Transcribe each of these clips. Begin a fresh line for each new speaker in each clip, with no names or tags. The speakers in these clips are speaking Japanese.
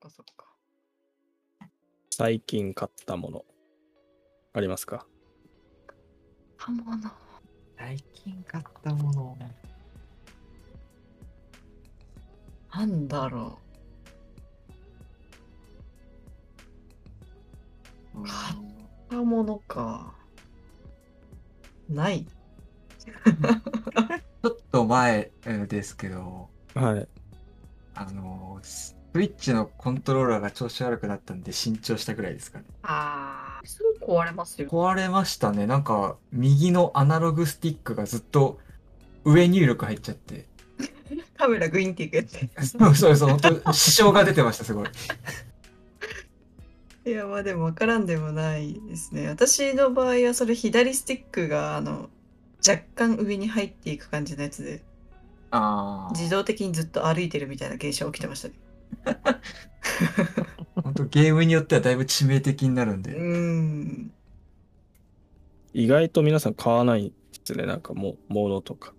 かそっか。
最近買ったもの。ありますか
刃物。
最近買ったもの。
なんだろ
うん
う。買ったものか。ない。
ちょっと前えーですけど、
はい。
あのー、スイッチのコントローラーが調子悪くなったんで新調したぐらいですかね。
ああ。すぐ壊れますよ。
壊れましたね。なんか、右のアナログスティックがずっと上入力入っちゃって。
カメラグインっていくやつ。
そうそうそう、本当支障が出てました、すごい。
いや、まあでも分からんでもないですね。私の場合はそれ左スティックがあの若干上に入っていく感じのやつで
あ
自動的にずっと歩いてるみたいな現象起きてましたね。
あ。本当ゲームによってはだいぶ致命的になるん
う
で。
ーん。
意外と皆さん買わないですね。なんかもう、ものとか。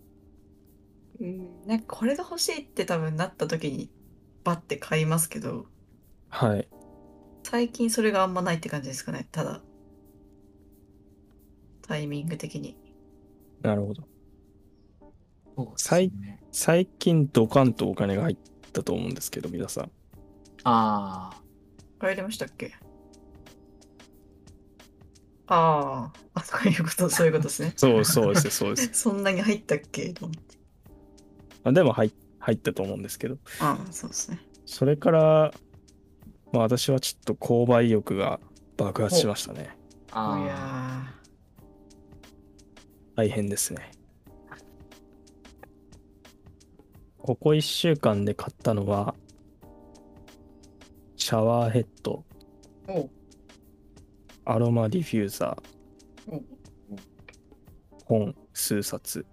うんなんかこれが欲しいって多分なった時にバッて買いますけど
はい。
最近それがあんまないって感じですかね。ただタイミング的に。
なるほど。
そうです
最
ね。
最近ドカンとお金が入ったと思うんですけど、皆さん。。
ああ。
帰りましたっけあーあ、そういうこと、そういうことですね
そうそうです、そうです。
そんなに入ったっけと思って
あでも入っ入ったと思うんですけど。
ああ、そうですね。
それから、まあ私はちょっと購買意欲が爆発しましたね。
あ
い
あ。
や
大変ですね。ここ1週間で買ったのは、シャワーヘッド、
ーおう
アロマディフューザ
おう
ー、本数冊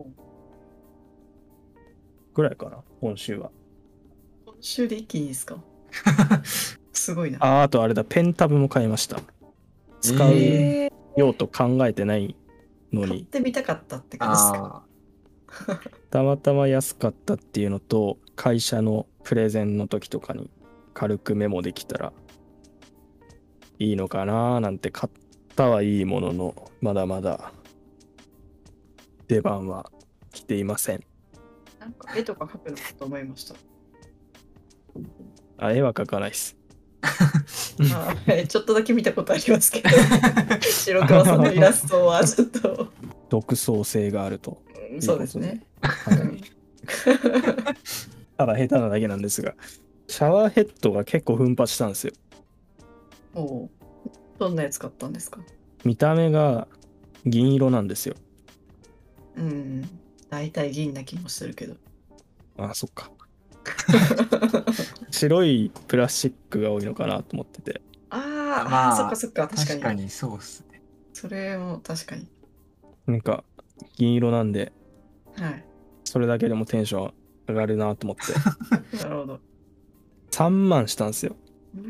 お。
ぐらいかな、今週は。
今週で一気にです かすごいな。
あ、あとあれだ、ペンタブも買いました。使う
えー
用途考えてないの
買っ
に、
てみたかったって感じですか
あ
たまたま安かったっていうのと、会社のプレゼンの時とかに軽くメモできたらいいのかなーなんて買ったはいいものの、まだまだ出番は来ていません。
なんか絵とか描くのかと思いました。
あ、絵は描かないです。
あー ちょっとだけ見たことありますけど、白川さんのイラストはちょっと、
独創性があると
うん
いう
そ
こ
う
と
ですね。。
はい
うん
ただ下手なだけなんですが、シャワーヘッドが結構奮発したんですよ。
おうどんなやつ買ったんですか
見た目が銀色なんですよ。
うん。大体銀な気もするけど。
あそっか。白いプラスチックが多いのかなと思ってて。
あー、
ま
あ
あ
ー、そっかそっか、確か
確
に。
かにそうっすね。
それも確かに。
なんか銀色なんで、
はい。
それだけでもテンション上がるなと思 って。
なるほど。
3万したんですよ。
う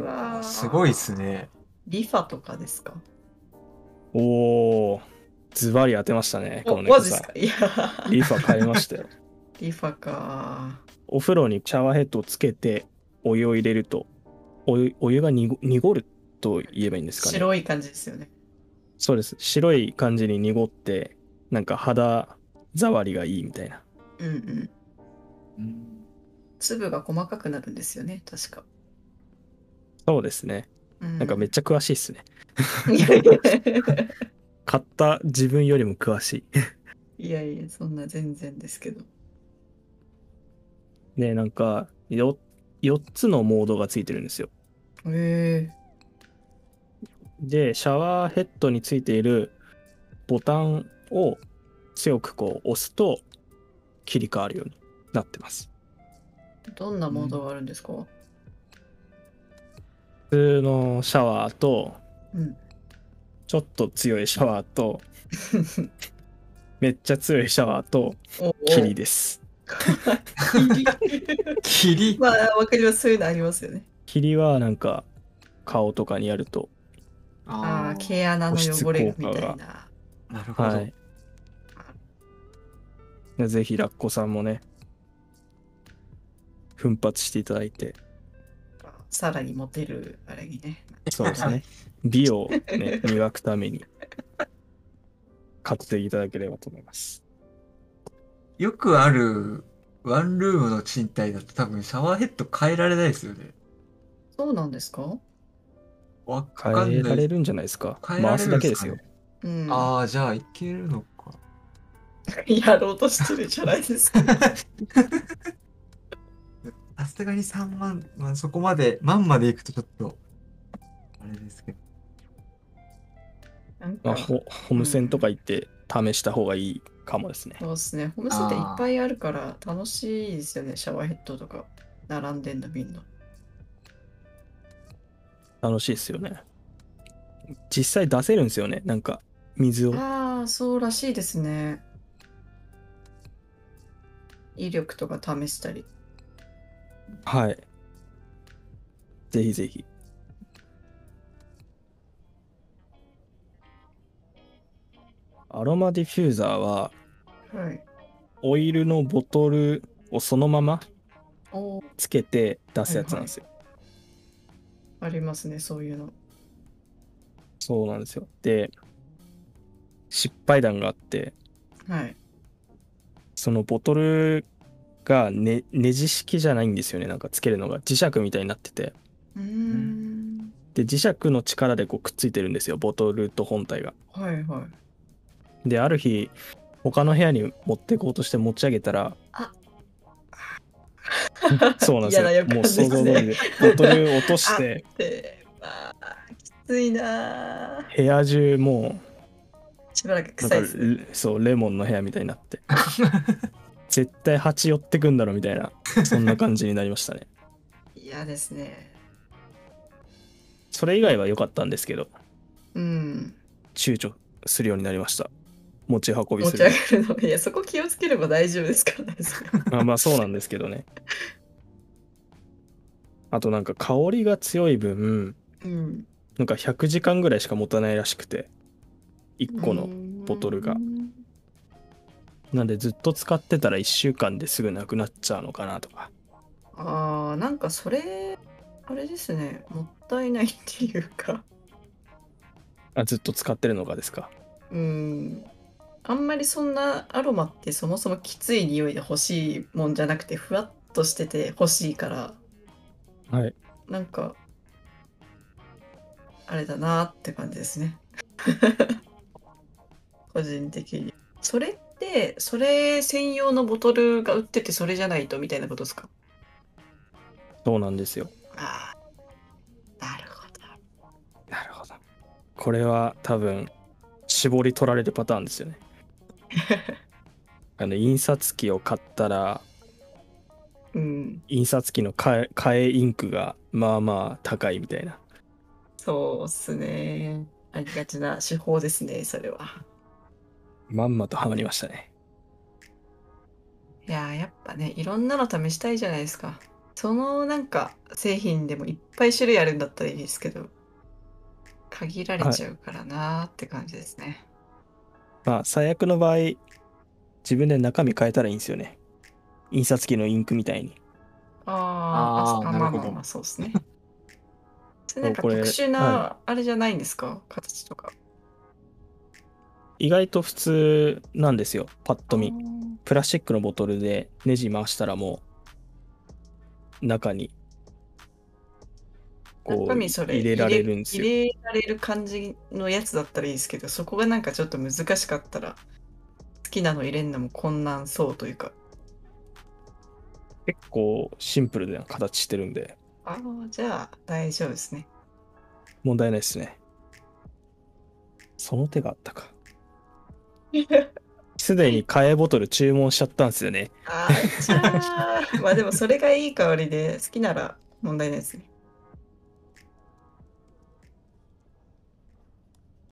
ーわー
すごいっすね。
リファとかですか
おー、ズバリ当てましたね、
お
この
マ
猫
ジで
さん
す。かいや ー
リファ買いまし たよ。
リファか
お風呂にシャワーヘッドをつけてお湯を入れると、お湯お湯が濁濁ると言えばいいんですかね。
白い感じですよね
そうです。白い感じに濁って、なんか肌触りがいいみたいな。
うんうん
うん
粒が細かくなるんですよね確か、
そうですね。
う
なんかめっちゃ詳しいっすね。
いやいや
買った自分よりも詳し
いやいやそんな全然ですけど
い。で、なんかよ、4つのモードがついてるんですよ。
え
で、シャワーヘッドについているボタンを強くこう押すと切り替わるようになってます。
ー、どんなモードがあるんですか、うん
普通のシャワーと、ちょっと強いシャワーと、めっちゃ強いシャワーと、
おお
キリです。
霧
まあわかりますそういうのありますよね
キリはなんか顔とかにやると、
ああ
ー
毛穴の汚れがみたい
保湿効果
な
なるほど。
はい。でぜひラッコさんもね、奮発していただいて、
さらにモテるあれにね。
そうです ね。美を、ね、磨くために活用いただければと思います。
よくあるワンルームの賃貸だと多分シャワーヘッド変えられないですよね。
そうなんですか
わかんない。
変えられるんじゃないですか。
変えら
回
れ
す
る
だ
ん
け
で
ですす
かね
よ。
うん。
ああ、じゃあいけるの か。
やろうとしてるじゃないですか。
さすがに3万、まあ、そこまで、万までいくとちょっと、あれですけど。
なん
ま
か
あ、
そ
ホホームセンとか行って試した方がいいかもですね。
うですね。ホームセンターいっぱいあるから楽しいですよね。シャワーヘッドとか並んでんのみんな。
楽しいですよね。実際出せるんですよね。なんか水を。
ああ、そうらしいですね。威力とか試したり。
はい。ぜひぜひ。アロマディフューザーは
はい。
オイルのボトルをそのまま
おー
つけて出すやつなんですよ。
ありますね、そういうの。
そうなんですよ。で、失敗談があって、
はい。
そのボトルがねネジ式じゃないんですよね。なんかつけるのが磁石みたいになってて。
うーん。
で、磁石の力でこうくっついてるんですよ。ボトルと本体が。
はいはい。
である日他の部屋に持っていこうとして持ち上げたら
あ
そうなんで
嫌
すよ
な予感
もう想像通り
で
でボトル落として
で、まあ、きついなあ
部屋中も
しばらく
う
臭いで
なんか
すね。
そうレモンの部屋みたいになって絶対蜂寄ってくんだろみたいなそんな感じになりましたね
嫌ですね。
それ以外は良かったんですけど
うん。
躊躇するようになりました持ち運び
持
す
ち
る
上げるの。いや、そこ気をつければ大丈夫ですからね。それ
まあまあそうなんですけどねあとなんか香りが強い分
うん。
なんか100時間ぐらいしか持たないらしくて1個のボトルが
うん
なんでずっと使ってたら1週間ですぐなくなっちゃうのかなとか
ああ、なんかそれ、あれですね。もったいないっていうか。
あずっと使ってるのがですか
うん。あんまりそんなアロマってそもそもきつい匂いで欲しいもんじゃなくて、ふわっとしてて欲しいから。
はい
なんか、あれだなって感じですね。 個人的に。それって、それ専用のボトルが売ってて、それじゃないとみたいなことですか
そうなんですよ
ああ、なるほど。
なるほどこれは多分絞り取られるパターンですよ ねあの印刷機を買ったら
うん、
印刷機の替え替えインクがまあまあ高いみたいな
そうっすね。ありがちな手法ですね、それは。
まんまとハマりましたね
いやー、やっぱね、いろんなの試したいじゃないですか。そのなんか製品でもいっぱい種類あるんだったらいいですけど、限られちゃうからなーって感じですね。
まあ最悪の場合自分で中身変えたらいいんですよね印刷機のインクみたいに
あ
あ
ー
ー
あ、
な
まあ
るほ
まあ
ど
まあ、そう ですね。それなんか
こ
特
れ
殊な、あれじゃないんですか形とか。
意外と普通なんですよパッと見
あー
プラスチックのボトルでネジ回したらもう中にこ
中
う
身それ
入れられるんですよ
入れ入れられる感じのやつだったらいいですけど、そこがなんかちょっと難しかったら、好きなの入れるのも困難そうというか。
結構シンプルな形してるんで
ああ、じゃあ大丈夫ですね。
問題ないですねその手があったかすでに替えボトル注文しちゃったん ですよね
ああ、じゃあ、まあでもそれがいい香りで、好きなら問題ないですね。